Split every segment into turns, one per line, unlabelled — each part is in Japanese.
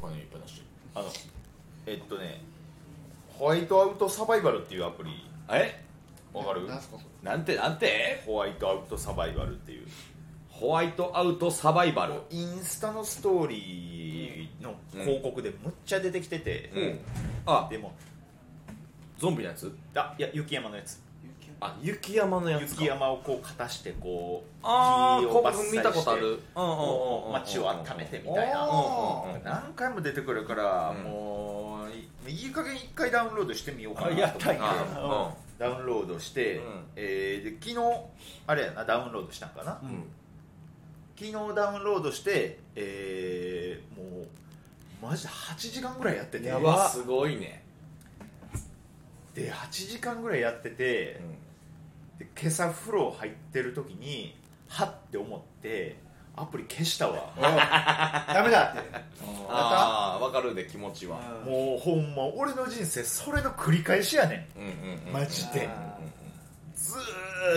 金いっぱい出して
あのえっとねホワイトアウトサバイバルっていうアプリえわかる
なんすかそれ
なんてなんて
ホワイトアウトサバイバルっていう
ホワイトアウトサバイバル
インスタのストーリーの広告でむっちゃ出てきてて、
うんあ
でも
ゾンビのやつ
あいや雪山のやつ
あ雪山のやつか
雪山をこうかたしてこう
ああ
木
広
を伐採
告見たことあるうんうんうんうん
街を温めてみたいな
うんうんうん
何回も出てくるから、
うん
もういいい加減一回ダウンロードしてみようかなと
あ
思
や
っ
ってたんや
ダウンロードして、
うん
えーで昨日あれやなダウンロードしたんかな、
うんうん
昨日ダウンロードして、えーもうマジで8時間ぐらいやってて
やばすごいね
で8時間ぐらいやってて、
うん
で今朝風呂入ってる時にはって思ってアプリ消したわ
おいダメだって
ああわかるで気持ちは
うん
もうほんま俺の人生それの繰り返しやね
うんうんうん
マジで
うんうんうん
んず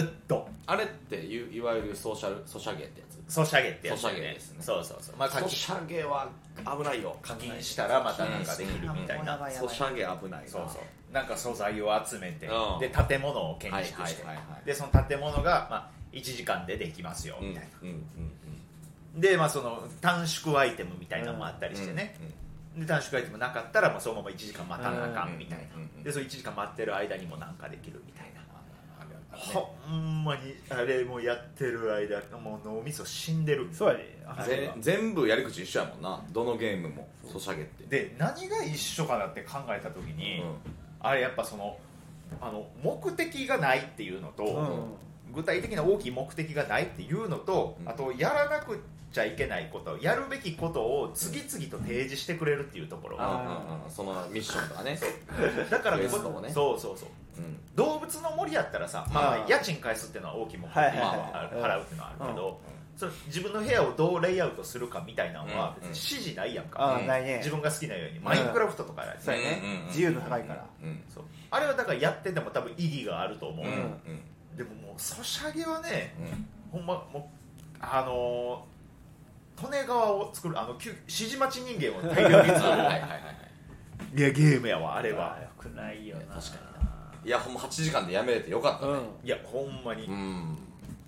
ーっと
あれっていいわゆるソーシャルソシャゲってやつ
ソシャゲってやつ
ソシャゲですね
そうそうそうまあ課
ソ
金
シャゲは危ないよ
課金したらまたなんかできるみたいな
うん
ソシャゲ危ないな
そうそうなんか素材を集めて、
うん
で建物を建築して、
はいはいはいはい
でその建物が、まあ、1時間でできますよ
うん
み
うん
たいな、
うん
で、まあ、その短縮アイテムみたいなのもあった
う
り
ん
してね、
うんうん
で短縮アイテムなかったらもうそのまま1時間待たなあか
うん
んみたいな、
うんうんうん
でその1時間待ってる間にもなんかできるみたいな、
あるね
ほんまにあれもうやってる間もう脳みそ死んでる
そうやであ
ぜ全部やり口一緒やもんなどのゲームもソシャゲって
で何が一緒かなって考えた時に、
うん
あれやっぱそのあの目的がないっていうのと、
うん
具体的な大きい目的がないっていうのと、
うん
あとやらなくちゃいけないことやるべきことを次々と提示してくれるっていうところ、
あうんうんうんそのミッションとかね
だからこ
クエストもね
そうそうそう
うん
動物の森やったらさ、まあまあ
あ、ー
家賃返すっていうのは大きい目的、
はいはいはい
まあ払うっていうのはあるけど、
う
その自分の部屋をどうレイアウトするかみたいなのは
うん
別に指示ないやんか、
あーないね
自分が好きなように、マインクラフトとかや
そうや
うんうんう
ね
ん
自由度高いから
うん
そうあれはだからやってても多分意義があると思う、
うんうん
でももうソシャゲはね
うん
ほんまもうあのー、利根川を作るあのきゅ指示待ち人間を大量に
はい
作
はいはい
る
はい
いやゲームやわあれは
あーよくないよな
確かいやほんま8時間でやめれてよかった
う
ね
ん
いやほんまに、
うん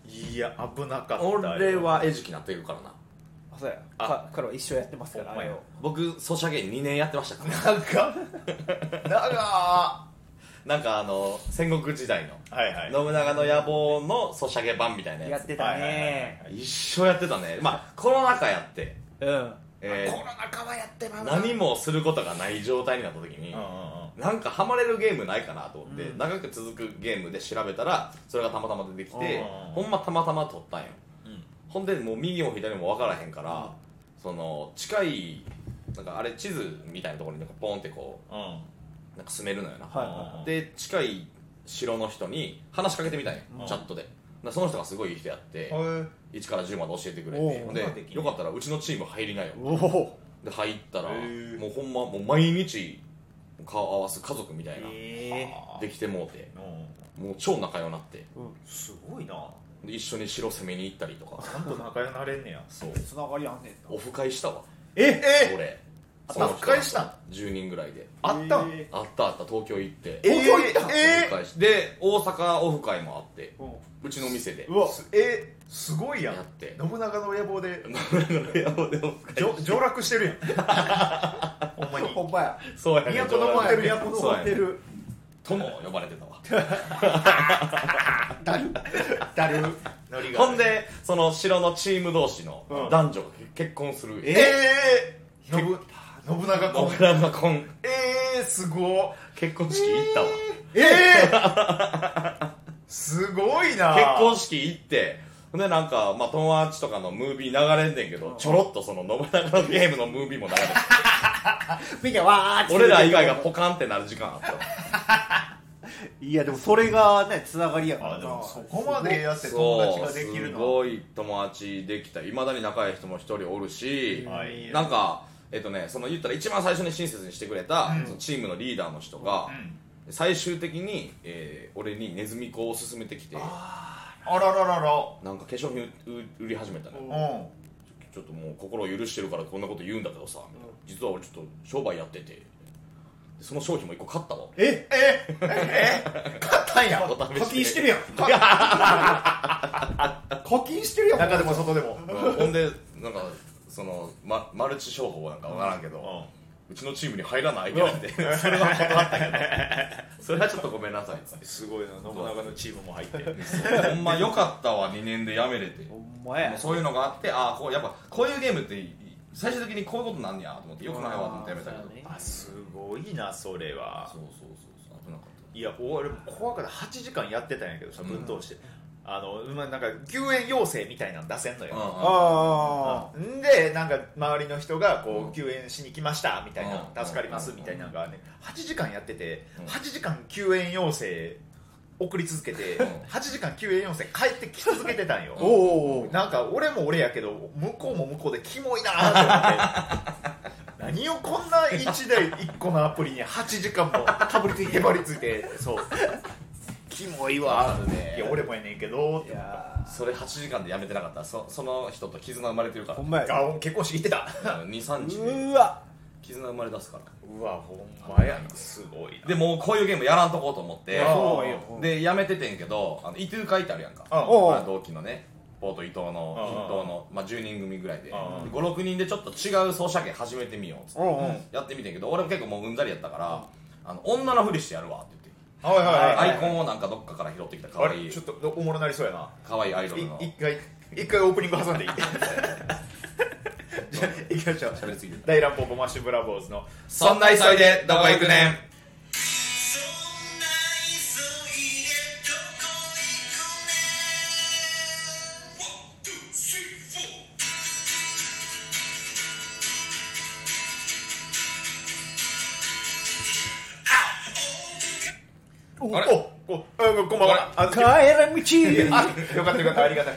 いや危なかったよ
俺は餌食になっていくからな
あそうや
あ
か彼は一生やってますから
ほんまや
あれを
僕ソシャゲ2年やってましたからね
長っ長
なんかあの戦国時代の
っはいはい
信長の野望のソシャゲ版みたいな
や
や
っ
つ
てた
はいはい
ね
一生やってたねまあコロナ禍やって、
うん
え
コロナ禍はやってま
ー
う
何もすることがない状態になった時に、
うんうん
なんかハマれるゲームないかなと思って、
うん
長く続くゲームで調べたらそれがたまたま出てきて
あー
ほんまたまたま撮ったんよ
うん
ほんでもう右も左も分からへんから、
うん
その近いなんかあれ地図みたいなところになんかポンってこ
うんうん
うなんか進めるのよな、
は
で近い城の人に話しかけてみたんよ、
うん
チャットででその人がすごいいい人やって、
はい
1から10まで教えてくれ
お
て
う
ほん
そんなんで
で
きんね
よかったらうちのチーム入りなよ
いおお
で入ったら
へー
もうほんまもう毎日顔合わす家族みたいな
え
できてもうて
うん
もう超仲良なって
すごいな
で一緒に城攻めに行ったりとか
ちゃんと仲良くなれんねや
そう
つながりあんねん
オフ会したわ
ええ
俺
あ
その人
オフ会したん
10人ぐらいで
あったん
え
あったあった東京行って
え
東京行ったん
え
オフ会しで大阪オフ会もあって
うん
うちの店で
うわ
すえすごいやん
やって
信長の野望で
野望でオフ
じょ上落し てるやんほんまに
ほんまや
そうやね
都のホテル都の
そう
ホ
や
テ
ね
ル
とも呼ばれてたわ
だる
だるノリが
ほんでその城のチーム同士の
うん
男女が結婚する
ええー、信信長公
僕らの婚
ええー、すご
結婚式行ったわ、
ええー、すごいな
結婚式行ってほんでなんか、まあ、友達とかのムービー流れんねんけど、ちょろっとその信長のゲームのムービーも流れ て
みんなわーって
る俺ら以外がポカンってなる時間あった
いやでもそれがねつながりやから
あでも
な
そこまでやって友
そ
達
う
ができる
す
のは
ごい友達できたいまだに仲いい人も一人おるし、
あいいね
なんかえっとねその言ったら一番最初に親切にしてくれた、
うん
そのチームのリーダーの人が、
うん
最終的に、えー俺にネズミ子を勧めてきて
あらららら
なんか化粧品売売り始めたのよ
うん
ちょっともう心を許してるからこんなこと言うんだけどさ、みたいな実は俺ちょっと商売やっててでその商品も一個買ったわ
え
ええ買ったんや
お試しで
課金してるやん
課金してるやん中でも外でも
うんほんでなんかその、ま、マルチ商法なんかわからんけど、
う
うちのチームに入らないってなって それは断ったけどそれはちょっとごめんなさいっつっ
んすごいな信長のチームも入って
てほんまよかったわ2年でやめれて
ほ
も
んまや
うそういうのがあってああこうやっぱこういうゲームって最終的にこういうことなんねやと思ってよくないわと思ってやめたけど
あーそうやね
あすごいなそれは
そうそうそうそう危なかった
いや俺も怖かった8時間やってたんやけどさ
うん
ぶっ通して、あのまあなんか救援要請みたいなの出せんのよ、
あ
んでなんか周りの人が
う
こ
ん
う救援しに来ましたみたいな、
うん
助かりますみたいなのがね8時間やってて、
うん
8時間救援要請送り続けて、
うん
8時間救援要請帰ってき続けてたんよ
ーおお
なんか俺も俺やけど向こうも向こうでキモいなーと思って何をこんな1台1個のアプリに8時間もかぶりついてばりついてそうキモいわーっていや俺もやねんけどーっ
い
て
やー
それ8時間でやめてなかったそその人と絆生まれてるから
ほんまや
あ結婚式行ってた
23
う
日で
ーわ
絆生まれ出すから
うわほんまやなすごいな
でもうこういうゲームやらんとこうと思って
やそう
よ
でやめててんけどあの伊豆会ってあるやんか
うん
おう
まあ同期のねポート伊藤の
う
伊
ん
藤の、まあ、10人組ぐらいで
うん
56人でちょっと違う奏者権始めてみようっつって
うんうん
やってみてんけど俺も結構もううんざりやったからあの女のふりしてやるわって言って
はいはいはい、
アイコンをなんかどっかから拾ってきたか
あ
わい
れ
い
ちょっとおもろなりそうやな
かわいいアイドルの
い一回一回オープニング挟 んでいいじゃあ行きましょう
喋りすぎる
大乱暴ボマッシュブラボーズの
そんな急いでどこ行くね
そんな急いでどこ行く
ん
ねん One, two, three, four
あれ
おおあこんばんはあ
帰れ道
あよかったよかったありがたい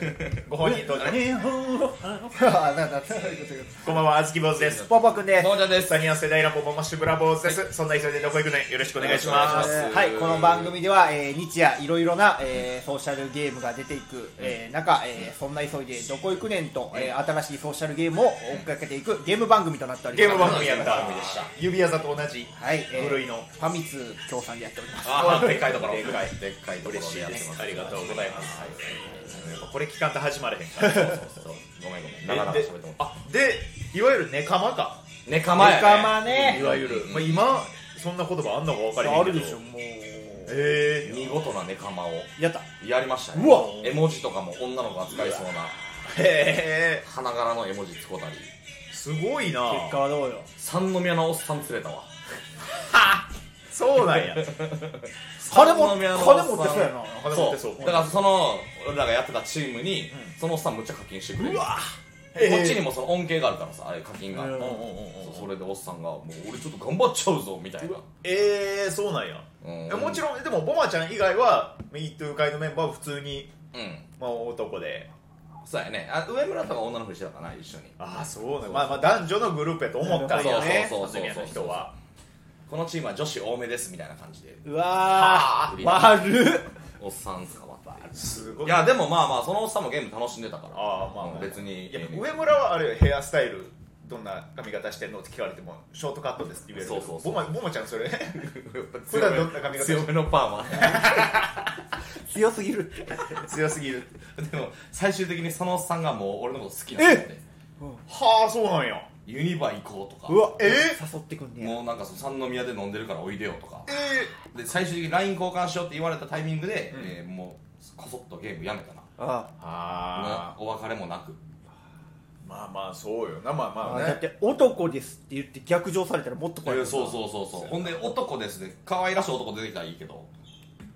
ご本人登場
日本をあなんだそういうことよ
こんばんはあずき坊主です
パパくんです
そうじゃんです
サニア世代ラボボマッシュブラボーズです、そんな急いでどこ行くねんよろしくお願いしま
お願い
す
します
はい、この番組では、えー日夜いろいろな、えーソーシャルゲームが出ていく、えー中、えーそんな急いでどこ行くねんと、えー新しいソーシャルゲームを追っかけていくゲーム番組となっておりま
ゲ
す
ーム番組やっ
ゲー
た
ム番組でした
指輪座と同じ
はい、えー
古いの
ファミ通協賛でやっております
あーでっかいところ
でっかい
でっかいところ
嬉しい
やっ
で
てますす
ありがとうございます、やっぱこれ聞かんと始まれへんから
そうごめんごめん長々喋ってもあ
あでいわゆるネカマか
ネカマやね
仲間ね
いわゆる、まあ、今そんな言葉あんのか分かりへん
あ
け
る
ど
でしょもう
え
見事なネカマを
やった
やりましたね
うわ
絵文字とかも女の子扱いそうな
ー、へ
花柄の絵文字使うたり
ーすごいな
結果はどうよ
三宮のおっさん連れたわ
そうな んや
金も
三
金
宮の
持
おっさん
ってそうやな
金持ってそう
だからその俺らがやってたチームに、そのおっさんむっちゃ課金してくれるで
えー
こっちにもその恩恵があるからさあれ課金が、
うん
そう
うんうんうんうん
それでおっさんが「もう俺ちょっと頑張っちゃうぞ」みたいな
えー、そうなんや、
うん
えもちろんでもボマちゃん以外は MeToo 会のメンバーは普通に、
うん
まあ、男で
そうやねあ上村とか女のふりしてたかな一緒に
ああそうなんまあまあ男女のグループやと思ったんやね
そうそうそうそう
初めの人は
このチームは女子多めですみたいな感じで
うわー悪っ
おっさん捕まった
すごい
いやでもまあまあそのおっさんもゲーム楽しんでたから
あーまあまあ
うん別に
いや
ええねん
上村はあれよヘアスタイルどんな髪型してんのって聞かれてもショートカットですって言えるけど
そうそうそう
ボマボマちゃん それ
強
普
め
段どんな髪型して
強めのパーマ
強すぎる
強すぎる
でも最終的にそのおっさんがもう俺のこと好きなんで
はあそうなんや
ユニバ行こうとか
うわ
え
誘ってくんねや
もうなんかその三宮で飲んでるからおいでよとか
え
で最終的に LINE 交換しようって言われたタイミングで、
うん
えーもうこそっとゲームやめたな
あ
あ
お別れもなく
ーまあまあそうよなまあま
あ
あ
だ
ね
って男ですって言って逆上されたらもっと
え
怖い
ーそうそうそうそうほんで男ですね可愛らしい男出てきたらいいけど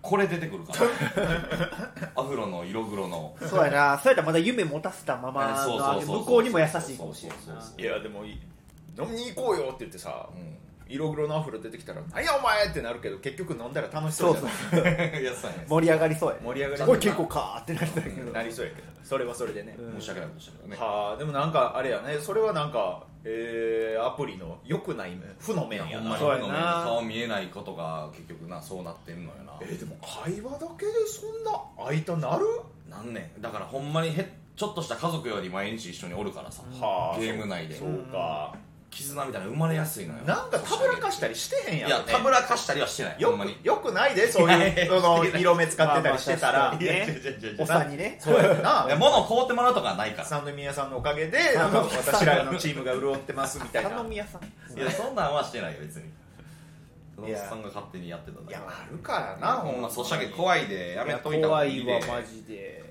これ出てくるから アフロの色黒の
そうやな、そうやったらまだ夢持たせたまま
えーそう
の
そ
あ
う
れ
そう
向こうにも優しいかもしれん
そうそうそう
いやでもい飲みに行こうよって言ってさ
うん
色黒のアフロ出てきたら「何やお前!」ってなるけど結局飲んだら楽しそうじゃない
いやそうやね
盛り上がりそうやね
盛り上がり
これ結構かーってなったけど
なりそうやけどそれはそれでね、
うん
申し訳ないことしたけどね
はあでもなんかあれやねそれはなんかえー、アプリの良くない面負の
いや
面
ほ
や
んま
な
に
そうやな
僕の目に顔見えないことが結局なそうなってんのよな
えー、でも会話だけでそんな相手なる
なんねんだからほんまにへちょっとした家族より毎日一緒におるからさ、
はあ
ゲーム内で
そうか
絆みたいなの生まれやすいのよ
なんかたぶらかしたりしてへん
い
や
や
ろね
たぶらかしたりはしてないほ
よ
んまに
くよくないでそういうその色目使ってたりしてた
まあ
ら
まあ
いや
ね
違う違う違う
おさんにね
そうやんない
や物を買うてもらうとかはないから
三宮さんのおかげでなんか私らのチームが潤ってますみたいな
頼み屋さん
いやそんなんはしてないよ別に
い
野
や
田さんが勝手にやってただ
い
け
やあるからな
なほんまソシャゲ怖いでやめといた方が
怖
い
い
いで
わマジで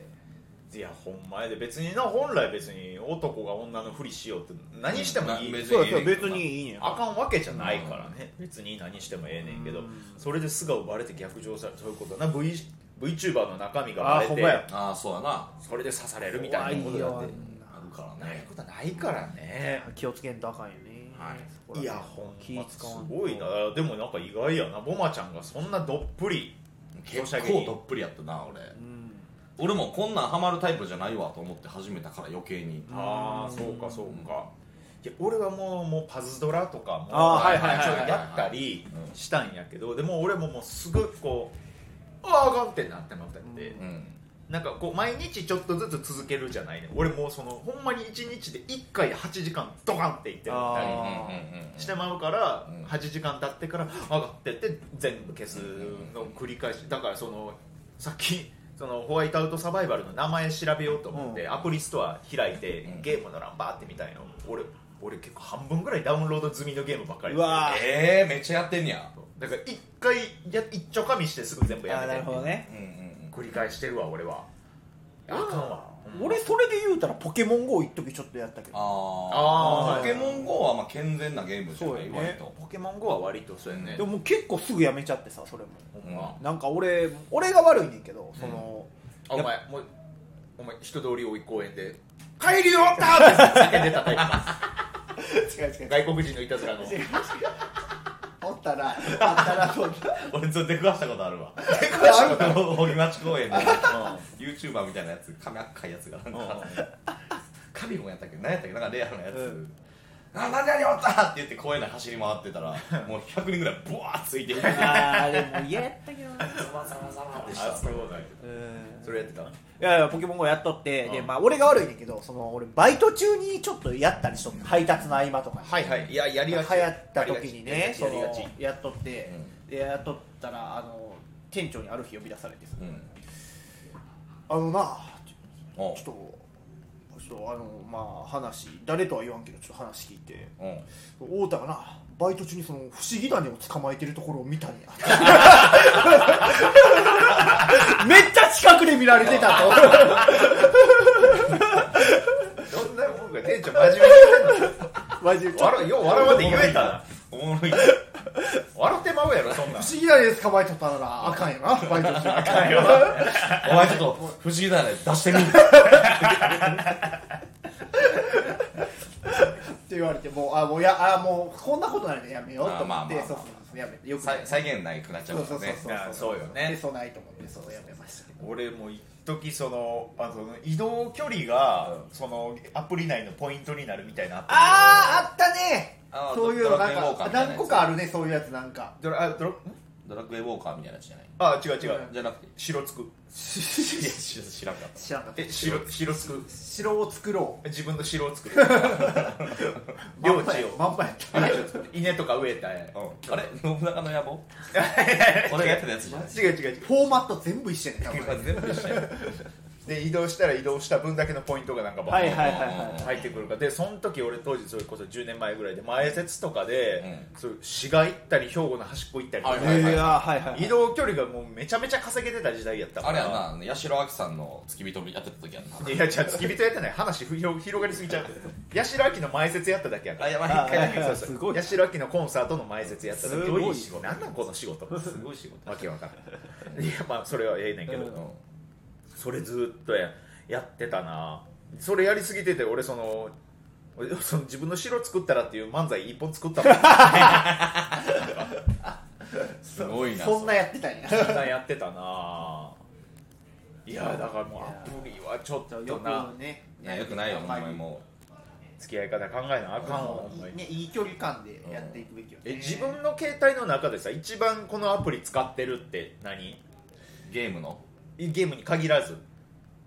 いやほんまやで別にな本来別に男が女のふりしようって何してもいい、
うん
そうそう
別
別
に
に
い
いいね
あかんわけじゃないからね、別に何してもええねんけど、それで素顔バレて逆上されそういうことな v VTuber の中身がバレ
あほんま
て
や
ああそうやな
それで刺されるみたいなことだっ
怖い
て
よ
あるから
ない
ね
ことないからね
気をつけんとあかんよね
はい
そこら
い
ね
やほん
気
ま
使わん
す
と
ごいなでもなんか意外やなボマちゃんがそんなどっぷり
結構どっぷりやったな俺
うん
俺もこんなんハマるタイプじゃないわと思って始めたから余計に
ああそうかそうか、いや俺はもうもうパズドラとかも
あーはいはいはい
ちょっとやったりしたんやけどでも俺ももうすぐこうあああかんってなってまったんで、
うん
うん
なんかこう毎日ちょっとずつ続けるじゃないね俺もうそのほんまに1日で1回8時間ドカンっていってるみ
うん
た
う
い
ん
な
あ
うんうん
してまうから、
うん
8時間経ってから上がってって全部消すの繰り返しだからそのさっきそのホワイトアウトサバイバルの名前調べようと思って、
う
アプリストア開いて
うん
ゲームの欄バーってみたいの俺俺結構半分ぐらいダウンロード済みのゲームばっかり
うわ
ええめっちゃやってんねや
だから1回や一丁かみしてすぐ全部や
あ
め
ー
て
なるほどね
うんうんうん
繰り返してるわ俺はあかんわほんま
俺それで言うたらポケモン GO 一時ちょっとやったけど
あ
あ
あ
あ
ポケモン GO はまあ健全なゲームじゃない
そうや
割
ね
と
ポケモン GO は割とそうやね
でももう結構すぐやめちゃってさそれも
ほんま
なんか俺俺が悪いねんけどその、
あお前もうお前人通り多い公園で「帰りよった!」って叫んでたタイプなんで
違う違う違
す
う
外国人のいたずらの
違う違うおったらあったらそう
俺ずっと出くわしたことあるわ荻町公園で YouTuber みたいなやつ髪赤いやつがなんかカビゴンやったっけ何やったっけなんかレアなやつ、
うん
あ何々おったって言って公園内走り回ってたらもう100人ぐらいブワーついてきて
あーでも嫌やったけどな
でした
あそうなんや
うん
それやってたの
いやいやポケモン GO やっとって、で
うん
まあ、俺が悪いねんけどその俺バイト中にちょっとやったりしとって配達の合間とかに
はいはいいややりが
流行
ち
った時に
やり
ね
がち
そ
やりが
の
ち
やっとって、でやっとったらあの店長にある日呼び出されてさ
うん
あのな
おう
ちょっとちょっとあのまあ話誰とは言わんけどちょっと話聞いて
おう
太田がなバイト中にその不思議種を捕まえてるところを見たんや めっちゃ近くで見られて たと
どんなもんか店長真面目にやる
マジで
の笑うよう笑わんで言えたな
おもろい
笑ってまうやろそんなん
不思議種捕まえとったらあかんよなバイト中に
お前ちょっと不思議だね出してみる
って言われてもうあもうやあもうこんなことないでやめようと思
まあま
っ
あ
て
まあ
そうそうそうやめてよくない
再再現ないくなっちゃ
そうう
か
そう
ら
そう
ね
そう
あそうよね
でそうないと思ってそうやめましたけど
俺も一時そのあその移動距離がそのアプリ内のポイントになるみたいな
あああったね
あー
そういうのなん
ドラゴンウォーカーみ
か
たいなやつ
何個かあるねそういうやつなんか
ドラあドラん
ドラクエウォーカーみたいなやつじゃない
あ違う違う
じゃなくて
白 つく
いや知知らんかっ
知らんかった
え白白つく
城を作ろう
自分の城を 作る領地を
まんまやった
あれ稲とか植えた
た、うん、あれ信長の野望俺がやってたやつじゃない
違う違う違う
フォーマット全部一緒やね多分
今全部一緒や
で移動したら移動した分だけのポイントがなんかバ
は
ー
い
ン
はいはいはい
入ってくるからでその時俺当時それこそ10年前ぐらいで前説とかで、
う
そういう滋賀行ったり兵庫の端っこ行ったりとか、
はい
いやはいはいはい
移動距離がもうめちゃめちゃ稼げてた時代やったか
あれ
ら
やなあの八代亜紀さんの付き人やってた時やんない
やじゃあ付き人やってない話ふ広広がりすぎちゃう八代亜紀の前説やっただけやから
あやばい
あ
一回だ
いやい
け
や
そうそう
すごい
八代亜紀のコンサートの前説やっただけ
すごい
仕事なんなんこの仕事
すごい仕事
わけわかんないい やまあそれはええねんけど、
うん
それずっとややってたなそれやりすぎてて俺その俺その自分の城作ったらっていう漫才一本作ったもん
すごいな
そんなやってたんや
そんなんやってた ないやだからもうアプリはちょっと
よ
な
くね
いやよくないよお前も
付き合い方考えなあかんわほんま
いい
に
ねいい距離感でやっていくべきよね
え自分の携帯の中でさ一番このアプリ使ってるって何
ゲームの
ゲームに限らず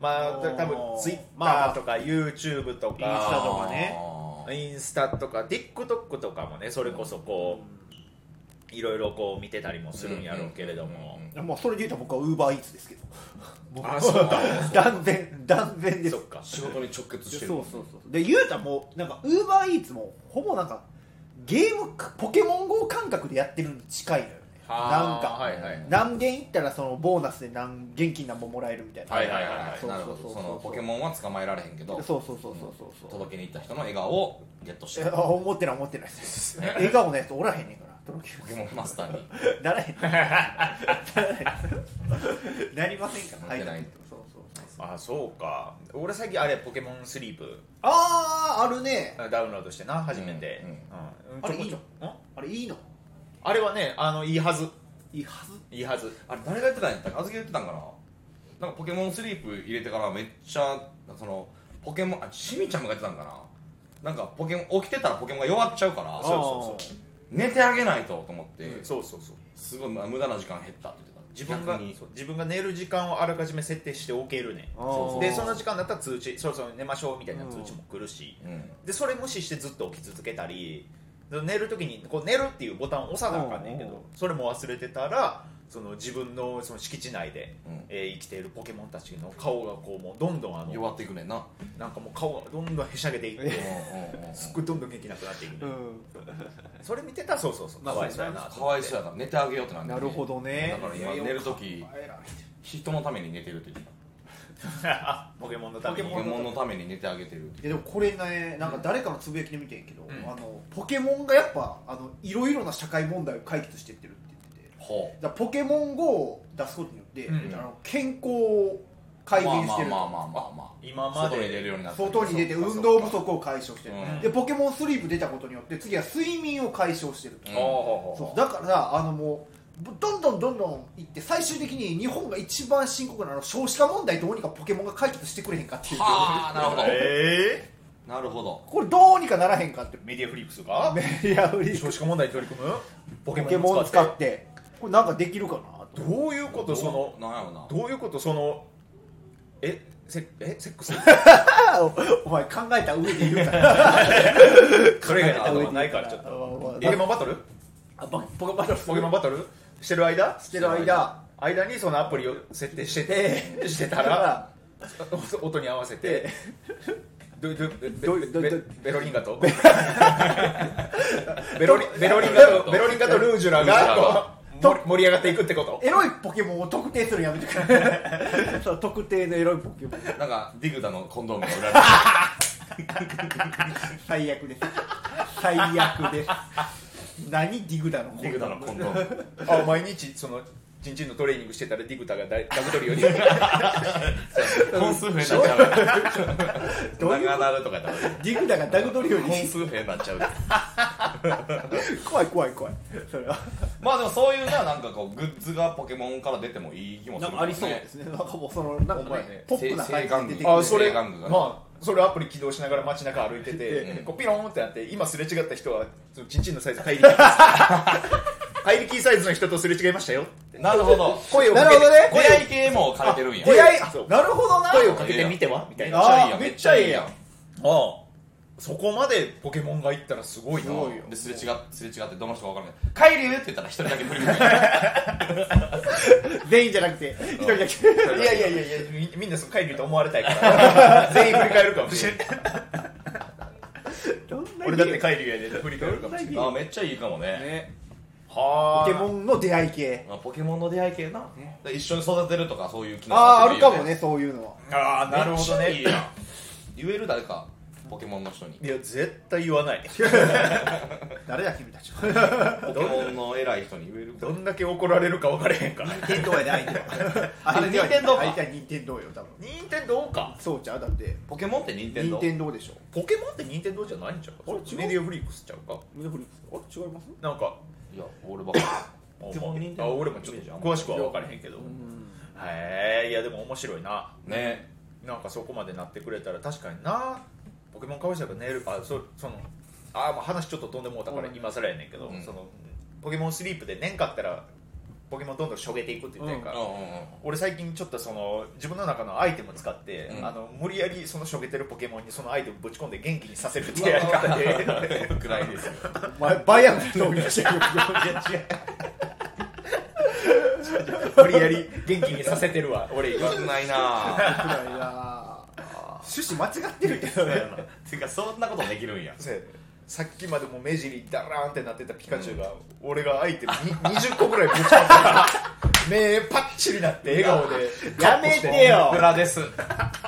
まあ
おー
多分ツイッ
ま
タ
あ
ーとか YouTube と
インスタ
か
とかね
あー
インスタとか TikTok とかもねそれこそこういろいろこう見てたりもするんやろうけれど
う
も
んうんうん
まあそれで言うと僕はウーバーイーツですけど
あそうか
断然断然です
そっ
で
か
仕事に直結し
そう
てる
そうそうで言うたらもうなんかウーバーイーツもほぼなんかゲームポケモン GO 感覚でやってるに近いのよねなんか、
はいはい
何件行ったらそのボーナスで何現金何本もらえるみたいな、
はいはいはいはい
そう
な
そう
る
そ
ほ
うそ
ど
う
そのポケモンは捕まえられへんけど
そうそうそうそうそうそう
届けに行った人の笑顔をゲットして
えあ思ってない 思ってないです笑顔のやつおらへんねんから届け
ポケモンマスターに
ならへんならへんなりませんか
な
ら
ってない
配達そうそうそうそう
あそうか俺最近あれポケモンスリープ
あああるね
ダウンロードしてな初めて、
うん
うん
あれ
ちょこちょ
いあれいいの
あれはねあのいいはず
いいはず
いいはず
あれ誰が言ってたんやったっけあずきが言ってたんかななんかポケモンスリープ入れてからめっちゃそのポケモンあしみちゃんが言ってたんかななんかポケモン起きてたらポケモンが弱っちゃうから
そうそうそう
寝てあげないとと思って、
そうそうそう
すごいまあ無駄な時間減ったって言ってた
自分が
逆に
そう自分が寝る時間をあらかじめ設定しておけるね
あー
でその時間だったら通知そろそろ寝ましょうみたいな通知も来るし、
うん
でそれ無視してずっと起き続けたり寝る時にこう寝るっていうボタンを押さなあかんねんけ
うんうん
どそれも忘れてたらその自分のその敷地内で、
うん
えー生きているポケモンたちの顔がこうもうどんどんあの
弱っていくねんな
なんかもう顔がどんどんへしゃげていって
うんうんうん
すっごいどんどん元気なくなっていくね、
うん
それ見てたらそうそうそう
ま
か
あ
わいそうやなと思って
かわい そうやから寝てあげようってなんで
なるほどね
だから今寝るとき人のために寝てるって言って
ポケモンのため
た
に
ポケモンのために寝てあげてるって
いやでもこれねなんか誰かのつぶやきで見てんけど、
ん
あのポケモンがやっぱあのいろいろな社会問題を解決してってるって言ってて
ほ
だからポケモン GO を出すことによって、
うん
あの健康を改善してる、
まあまあまあまあまあ
今まで
外に出るようになった
外に出て
そうかそう
運
か
動不足を解消してる、
うん
でポケモンスリープ出たことによって次は睡眠を解消してる、
うん
そ
そう
だからあのもうどんどんどんどんいって最終的に日本が一番深刻なあの少子化問題どうにかポケモンが解決してくれへんかっていう
はあなるほど、
え
なるほど
これどうにかならへんかって
ー、メディアフリックスが
いや売り
少子化問題に取り組むポ
ポケモンを使ってこれなんかできるかなと
どういうことその
なんやろな
どういうことそのえセえセッ クス
お前考えた上で言うから
それ以外の頭がないからちょっと
と
ポケモンバトル
あポケモンバトル
ポケモンバトルしてる間
してる間
間にそのアプリを設定しててしてたら お音に合わせてどどベ
どど
ベ
ど
ベロリンガ とベロリベロリンガとベロリンガとルージュラがこう盛り上がっていくってこと
エロいポケモンを特定するのやめてくれ そう特定のエロいポケモン
なんかディグダのコンドームが売られ
最悪です最悪です何ディグダの
てるディグダのコンドー ム
あ毎日そのチンチンのトレーニングしてたらディグタがだいダグ取るように
本数増えたんちゃう
どういうこ
長
と
なるとかやったら
ディグダがダグ取るよう
本
に
数増えなっちゃう
怖い怖い怖いそれは
まあでもそういうななんかこうグッズがポケモンから出てもいい気もするけどね
すねなんかもうそのなん
お
か
前
ね
ね
ポップな感じで出てくる
あそれ
ガ
ま
ングがね
あそれアプリ起動しながら街中歩いてて
う、ん
こうピローンってなって今すれ違った人はそのチンチンのサイズ入りキー入りキーサイズの人とすれ違いましたよ
なるほど
声をか
な
け
る
て
ほどね
出会い系も兼ねてるんや
出
出会い
そ
あ
う
なるほどな
声をかけてみてはみたいなあ
あー
めっちゃいいやん
めっ
あそこまでポケモンが行ったらすごいな
ごいよ
ですれ違すれ違ってどの人か分からない「帰り!」って言ったら一人だけ振り向いて
全員じゃなくて一人だけ
いやいやいやいやみみんなその帰ると思われたいから 全員振り返るかもしれない
どんな
俺だって帰るやで振り返るかもしれない
あーめっちゃいいかもね
ね
は
ポ
あ
ケモンの出会い系
まあポケモンの出会い系なで一緒に育てるとかそういう機能
あああるかもねそういうのは
ああなるほど
めっちゃいいや
ね
ん言える誰かポケモンの人に
いや絶対言わない
誰だ君たち
ポケモンの偉い人に言える
どんだけ怒られるか分からへんから
任天堂やで相手は
あれ任天堂か
相手は任天堂よ多分
任天堂か
そうちゃうだって
ポケモンって任天
任
堂
天堂でしょ
ポケモンって任天堂じゃないんちゃう
あれ
か
違う
メディアフリックスちゃうか
違います
なんか
いや俺ばっか
あ
でも任天堂
あ俺もちょっと詳しくは分からへんけどへえいやでも面白いな
りね
なんかそこまでなってくれたら確かになポケモンかわいそうやから寝るあそそのあーもう話ちょっと飛んでもうたから
うん
今更やねんけど、
うん
そのポケモンスリープで寝んかったらポケモンどんどんしょげていくっていうか、
うんうんうん
俺最近ちょっとその自分の中のアイテム使って、
うん
あの無理やりそのしょげてるポケモンにそのアイテムぶち込んで元気にさせ るっていうやり方で
暗いですよ
まバイアンの見せる
無理やり元気にさせてるわ俺
よ
今
くないなぁ
くらいな趣旨間違ってるけどね
てかそんなことできるんや
そうやねさっきまでも目尻ダラーンってなってたピカチュウが、俺がアイテムに20個ぐらいぶち込んだら目パッチリなって笑顔で
やめてよ
コンプラです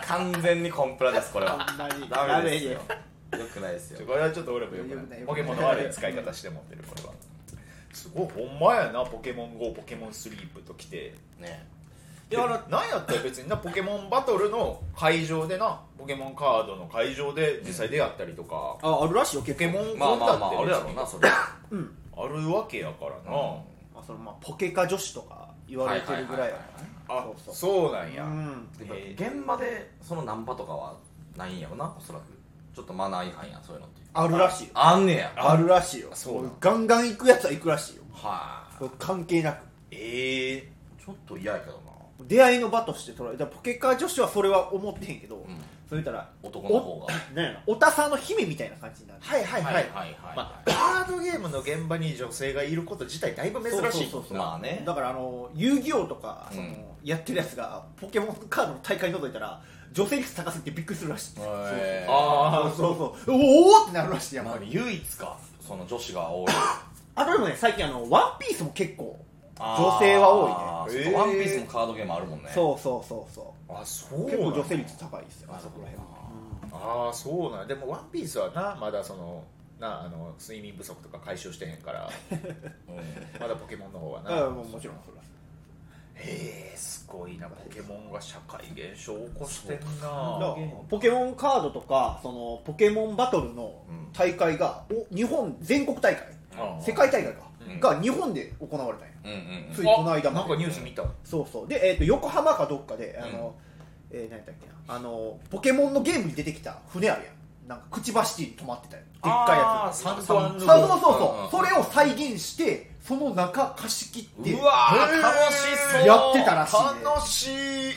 完全にコンプラですこれは
ほんまに
ダメですよよ
ダ
くないですよ
これはちょっと俺もよく
よく
な
ないい
ポケモンの悪い使い方して持ってるこれはすごいほんまやなポケモン GO ポケモンスリープときて
ね
であれ何やったら別になポケモンバトルの会場でなポケモンカードの会場で実際出会ったりとか、
ああるらしいよ
ポ
結
ケ
構
モン
まあ
コン
ま
だ
あま
って
ああるやろうなそれは
あるわけやからな、
あそのまあポケカ女子とか言われてるぐらいや
あそ
そうう
なんや、
うん
で
え
現場でそのナンパとかはないんやろなおそらくちょっとマナー違反やそういうのって
あるらしいよ
あんねや
あるらしいよ
そうなん
ガンガン行くやつは行くらしいよ
は
そう関係なく
ええ
いちょっと嫌やけどな
出会いの場として捉えたポケカ女子はそれは思ってへんけど、
ん
そう言ったら
男の方が
なんやろおたさの姫みたいな感じになる
はいはいはい、
はいはいはい
まあ、カードゲームの現場に女性がいること自体だいぶ珍しい
そうそうそう
まあね
だからあの遊戯王とかその、
うん
やってるやつがポケモンカードの大会覗いたら女性率高すぎてびっくりするらしい
へー
あ
そうそうそうおおってなるらしいやっ
ま
ぱ
あ
り、
唯一かその女子が多い
あ、とでもね最近あのワンピースも結構女性は
多いね
あーそっか
えー
ワンピースもカードゲームあるもんね
そうそうそうそう
あそう
結構
なの
女性率高いですよ
あそ
そ
こ
こ
ら
ら
辺
辺
は
は
ああそうなんやでも「ワンピースはなまだそのなあの睡眠不足とか解消してへんから まだポケモンの方は
だから
な
もうもちろんそれは
へえすごいなポケモンが社会現象を起こしてん
だから
な
ポケモンカードとかそのポケモンバトルの大会が、お日本全国大会
ああ
世界大会か、
うん
が日本で行われたんや、
うんうんうん
ついこの間ま
なん
で
かニュース見た
そうそうで、えー、と横浜かどっかであの、えー何やったっけなあのポケモンのゲームに出てきた船あるやんなんかくちばしティに止まってたよでっかいや
サンドアン
つ
ヌ
そ
ゴ
う
ー
そうそう
うんうん
そう、それを再現してその中貸し切って
うわー
へー
楽しそう
やってたらしいね
楽しい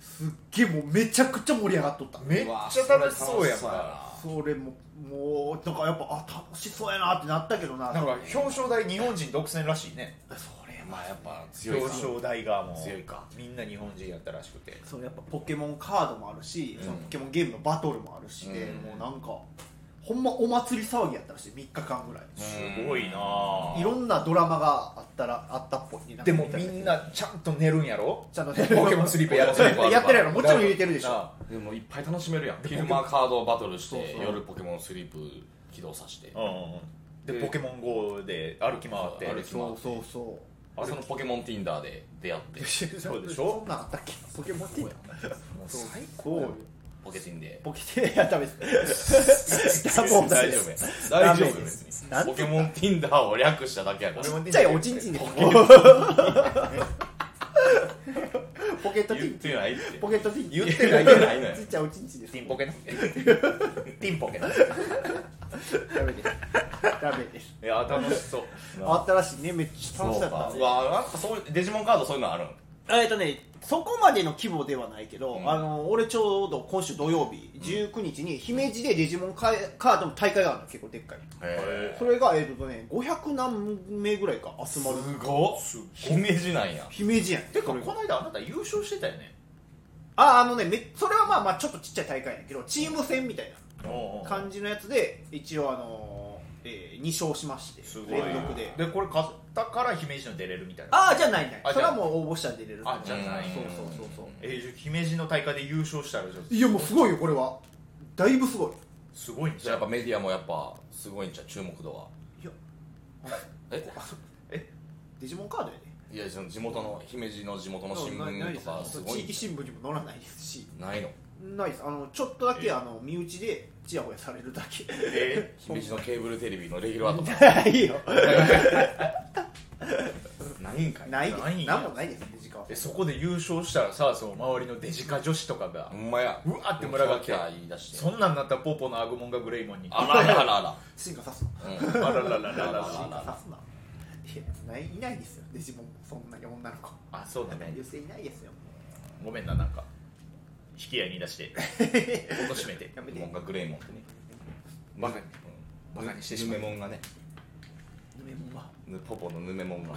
すっげえもうめちゃくちゃ盛り上がっとった
めっちゃ楽しそうやんな
それももうなんかやっぱあ楽しそうやなってなったけどな
なんか表彰台日本人独占らしいね
それ
まあやっぱ強い
表
か
彰台がもう
強いか
みんな日本人やったらしくて
そうやっぱポケモンカードもあるし、
うん
そのポケモンゲームのバトルもあるしで、
うん
もうなんかほんまお祭り騒ぎやったらしい3日間ぐらい、
すごいなあ
いろんなドラマがあったらあったっぽい
でもみんなちゃんと寝るんや ろ
ちゃんとね
ポケモンスリープやってる
ポケモン
やってるやろもちろん入れてるでし
なあ
ょ
でもいっぱい楽しめるやん昼間カードバトルして
そうそう
夜ポケモンスリープ起動させて
うん、で
で
ポケモン GO で歩き回って
歩き
そうそうそ
あそのポケモン Tinder で出会って
でそう
う
でし
そ
ょ
んなんあったっけポケモンって
もう
そう
最高よ
ポケティンで
ポケティやったべダボーダ
大丈夫や大丈夫や別に
なんて
ポケモン Tinder を略しただけやから
ちっちゃいおちんちんで
ポ
す
ケ
ポケットテ
言っ
ィン
てないって
ポケットティン
言っ
ち
てない
言ってないのよ
っちゃいおちんちんです
ティンポケのティンポケの
ダメですダメです
いや楽しそう
新しいねめっちゃ楽しかった
うわなんかそういうデジモンカードそういうのあるん
えっとね、そこまでの規模ではないけど、
うん
あの俺ちょうど今週土曜日19日に姫路でデジモンカカードの大会があるの結構でっかい
へ
それが、えっとね、500何名ぐらいか集まる
すごっ姫路なんや
姫路やん
てかこ
それが
の間あなた優勝してたよね
ああのねめそれはまあまあちょっとちっちゃい大会やけどチーム戦みたいな
感
感じのやつで一応あのーえ2勝しまして
すごいな
連続で
じでこれ買ったから姫路の出れるみたいな
ああじゃないない
あ
それはもう応募者に出れる
あじゃない
そうそうそうそう
えー姫路の大会で優勝したらじゃあ
いやもうすごいよこれはだいぶすごい
すごいん
じ
じ
ゃあや
ゃん
っぱメディアもやっぱすごいんちゃう注目度はい
や
え
デジモンカードやで、ね
いやその地元の姫路の地元の新聞とかすご
地
い
域新聞にも載らないですし
ないの
ないですあのちょっとだけあの身内でちやほやされるだけ
え
姫路のケーブルテレビのレギュラーとか
ないよ
ないんかい
ないで
ないん
す
や
何もないですデジカは
ーえそこで優勝したらさその周りのデジカ女子とかが
ほんまや
うわって群がっ
キ
て
ャーキャー言い出して
そんなんなったらポーポーのアグモンがグレイモンに
あらあらあらあ
進化さすな
らうん
あららららら
あ
ら
ら
進化さすなやないいないですよデジモンもそんなに女の子
あそうだね
女性いないですよ
ごめんななんか引き合いに出しておとしめて
やめて
モンがグレーモンってね
バカに
うん
バカにしてしまう
ヌメモンがね
ヌメモンは
ぬポポのヌメモンが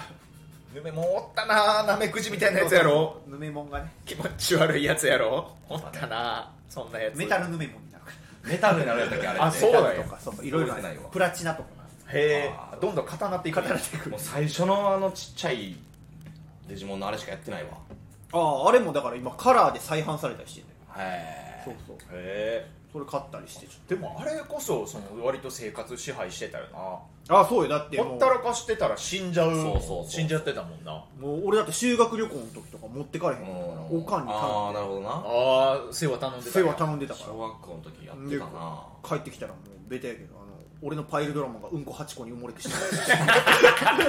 ぬめもんおったななめくじみたいなやつやろ
ヌメモンがね
気持ち悪いやつやろおったなそんなやつ
メタルヌメモンになるから
メタルになるやったっけあれって
あそうだ
と
よ
かそうそういろいろあ
覚え
る
てないわ
プラチナとかな
へ
あ
え
ー
どんどん固なっていくね
もう最初のあのちっちゃいデジモンのあれしかやってないわ
あああれもだから今カラーで再販されたりしてる
へ
そう
え
そう
へ
それ買ったりしてちょっ
えでもあれこそその割と生活支配してたよな
とああそうよだって
ほ
も
ったらかしてたら死んじゃう
そうそうそう
死んじゃってたもんな
うもう俺だって修学旅行の時とか持ってかれへんからおかんに
ああなる
頼んで
ほどな
ああ世話頼んでた
世
んや
話頼んでたから
小学校の時やってたな
帰ってきたらもうベタやけどあの俺のパイルドラマがうんこ8個に埋もれてしまった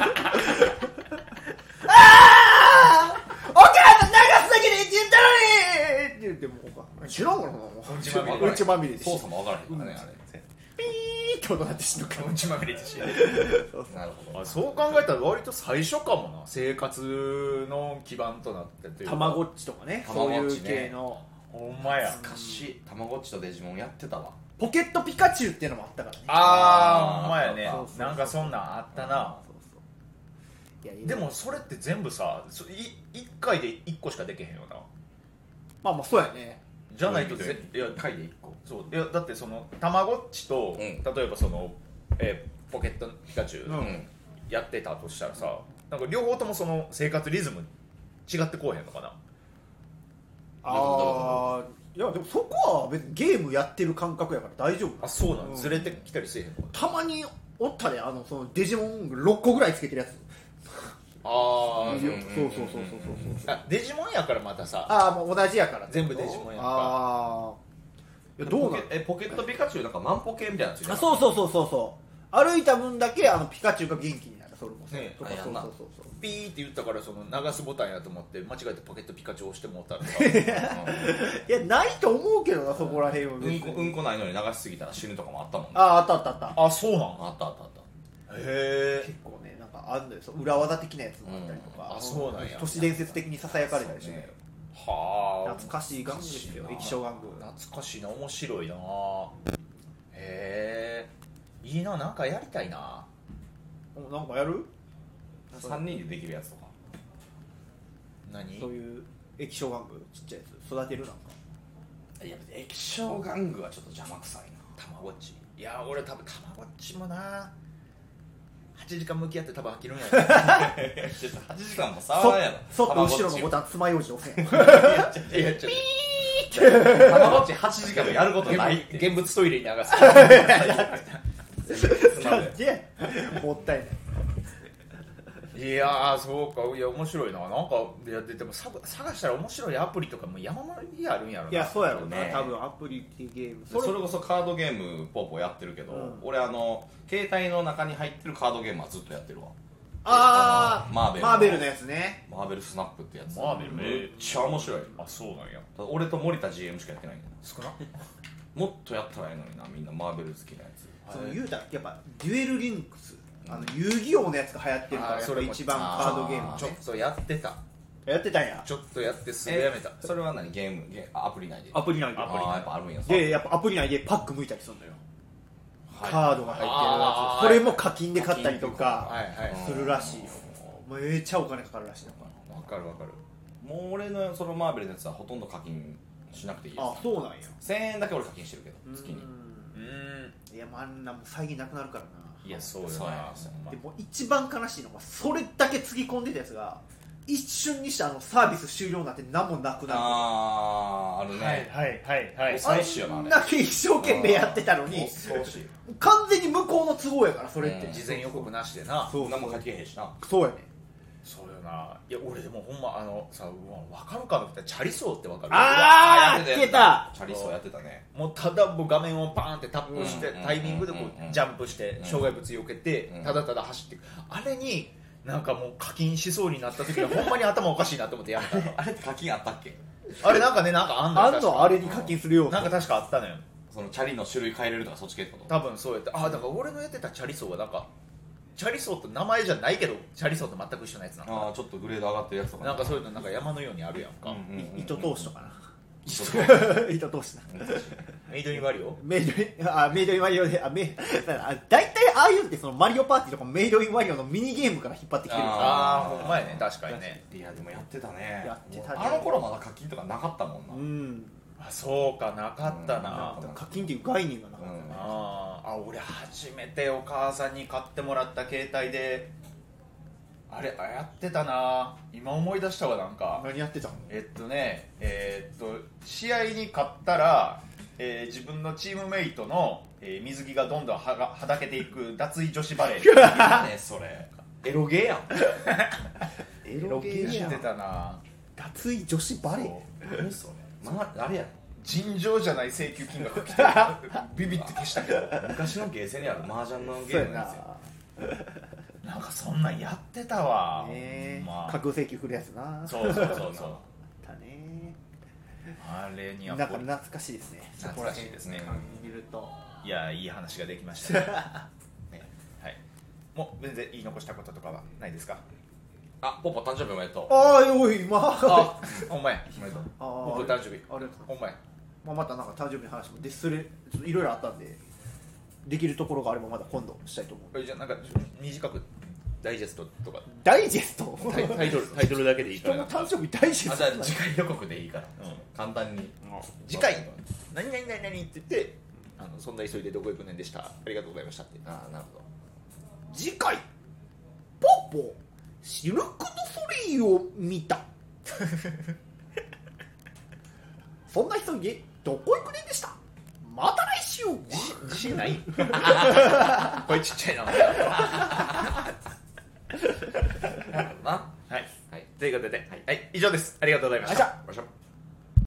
ああお母さん長すぎるって言ったのにって言ってもうお母さん知らんからなもううん
ちまみれ
うんちまみれでし
操作も分からへんからねあ
ピーって音鳴って死ぬから
うんちまみれてし
れなるほど
あそう考えたら割と最初かもな生活の基盤となってというか
たまごっちとかね
たま
そうい
ごっちね
う系の
ほんまや
難しいたまごっちとデジモンやってたわ
ポケットピカチュウっていうのもあったからね
あ
あー
あほんまやね
そう
そうそう
なんかそんなんあったな
そうそういやいいね
でもそれって全部さそい1回で1個しかできへんよな
まあまあそうやね
じゃないと
そういう
ぜ
意味
いや
1回で1個
そういやだってそのたまごっちと、
うん
例えばその、えーポケットピカチュ
う
ウ
ん
やってたとしたらさ、なんか両方ともその生活リズム違ってこうへんのかな
ああいやでもそこは別にゲームやってる感覚やから大丈夫
あそうな
う
の
ん
ずれてきたりせえへんのかな
たまにおったであのそのデジモン6個ぐらいつけてるやつ
あ
そう
ー
ん
そうそうそうそうそう
あデジモンやからまたさ
ああもう同じやから
全部デジモンやんか
ああいやどう
ポ
な
ケ
の
えポケットピカチュウなんかマンポケみたいなのついて
あ
た
そうそうそうそうそう歩いた分だけあのピカチュウが元気になるそれもそう
ね
とか
あや
そ
ん
う
な
そうそうそう
ピーって言ったからその流すボタンやと思って間違えてポケットピカチュウ押してもうたら さ
いやないと思うけどなそこら辺は
うんう
別
んこ
に
うんこないのに流しすぎたら死ぬとかもあったもんね
あああったあったあった
あそうなの
あったあったあった
へえ
結構ねなんかあんのよそう裏技的なやつもあったりと
う
か
んあそうなんや
都市伝説的にささやかれたりしてね
はあ
懐かしい玩具ですよ液晶玩具
懐かしいな面白いなへえいいななんかやりたいな
おなんかやる
3人でできるやつとか
何
そういう液晶玩具ちっちゃいやつ育てるなんか
いや液晶玩具はちょっと邪魔くさいな
たまごっちいや俺多分たまごっちもな8時間向き合って多分飽きるん やろ
8時間も触らんやろ
そそっと後ろのボ
た
タン爪楊枝押せん
いやちょっ
まごっち8時間もやること
と
ないって
現物トイレに 流 す
な
すげえ もったいない
いやーそうかいや面白いななんかいやででもさ探したら面白いアプリとかも山盛りあるんやろない
やそうやろう
ね
ね多分アプリっていうゲーム
それこそカードゲームポーポーやってるけど、
うん
俺あの携帯の中に入ってるカードゲームはずっとやってるわ
ああ
あのマーベル
マーベルのやつね
マーベルスナップってやつ
マーベルね
めっちゃ面白い
あそうなんや
俺と森田 GM しかやってないんだよ
少な
もっとやったらいいのになみんなマーベル好きなやつ
その言うたらやっぱデュエルリンクスあの遊戯王のやつが流行ってるか
あ
ら
ー
やっ
そ
ぱ
れも
一番カードゲー
あ
ムは
ちょ
ね
っとやってた
やってたんや
ちょっとやってすぐやめた
それは何ゲームゲーアプリ内で
アプリ内で
あーやっぱあるんや
でやっぱアプリ内でパック向いたりするのよ、
はい
カードが入ってるや
あ
つ
ー
これも課金で買ったりと
は
か
いはい
するらしいよめっちゃお金かかるらしいの
わかるわかる
もう俺のそのマーベルのやつはほとんど課金しなくていいや
あそうなんや
つ1000円だけ俺課金してるけど月に
うーん
いやもうあんなもう再現なくなるからない
やそうよ
そうや
な
そうや
でもう一番悲しいのがそれだけつぎ込んでたやつが一瞬にしてあのサービス終了になって何もなくなる
あああるね、
はいはいは
お最終やなあ
あ
れ
んだけ一生懸命やってたのに
恐ろしい
完全に向こうの都合やからそれって、
うん
事前予告なしでな
そう
何も書けへんしな
そうやね
そうよないや俺でもほんまあのさうわ分かるかなってチャリソーって分かる
あー
うわやって
消えた
チャリソーやってたね
もうただもう画面をパーンってタップして、
うん
タイミングでこ
うん
うジャンプして
うん
障害物避けて、
うん
ただただ走っていくあれになんかもう課金しそうになった時はほんまに頭おかしいなと思ってやめた
あれって課金あったっけ
あれなんかねなんかあんのよ
あん
確
の
か
あれに課金するよう
なんか確かあったのよ
そのチャリの種類変えれるとかそっち系ってこと
多分そうやってあだから俺のやってたチャリソーはなんかチャリソーって名前じゃないけどチャリソーと全く一緒のやつなの
ああちょっとグレード上がってるやつとかね
なんかそういうのなんか山のようにあるやんか、
うんうんうんうん
い糸通しとか
糸通し
な糸通しな
メイドインワリオ
メイドインあメイドイン ワリオであメあ大体ああいうのってそのマリオパーティーとかメイドインワリオのミニゲームから引っ張ってきてるから
ああほんまやね確かにね
いやでもやってたね
やってたね
もうあの頃まだ課金とかなかったもんな、
うん
あそうかなかったな、
うんなかっ
課金っていう概念がなかった、
うん
あーあ俺初めてお母さんに買ってもらった携帯であれあやってたな今思い出したわなんか
何やってたの
えっとねえーっと試合に勝ったら、えー自分のチームメイトの、えー水着がどんどんはがはだけていく脱衣女子バレーや
何ねそれエロゲーやん
エ
ってたな
脱衣女子バレー
何それ、まあ、あれや
尋常じゃない請求金額来てビビって消したけど
昔のゲーセンにある麻雀のゲ
そ
ー
うや
ムなんですよ
な
なんかそんなんやってたわ、
ねえ
ま
架空請求振るやつな
あ、そうそうそうそう
だね
あれにや
な
っ
んか
ぱ
懐かしいですね
懐かしいですね
そこら辺見ると
いやいい話ができました、ねはい、もう全然言い残したこととかはないですか
あポッポ誕生日おめでと う
ああおいまあ
あお前
おめでとう
あ
僕誕生日
ありがとう
お前
まあ、またなんか誕生日の話もでそれいろいろあったんでできるところがあればまた今度したいと思う
これじゃあなんか短くダイジェストとか
ダイジェスト
タイタイト ルタイトルだけでいいか
人
らな
の
んか
誕生日ダイジェ
あ
ス
じゃあ
ト
次回予告でいいから、
うん
簡単に
次回何々何々って言ってあのそんな急いでどこ行くねんでしたありがとうございましたって
ああなるほど
次回ポッポシルク・ド・ソレイユを見た そんな人にどこ行くねんでしたまた来週
自信ない これちっちゃいな
な
はい、
はい
ということで、はい以上ですありがとうございました
ありがとう
よ
ございました
いしょ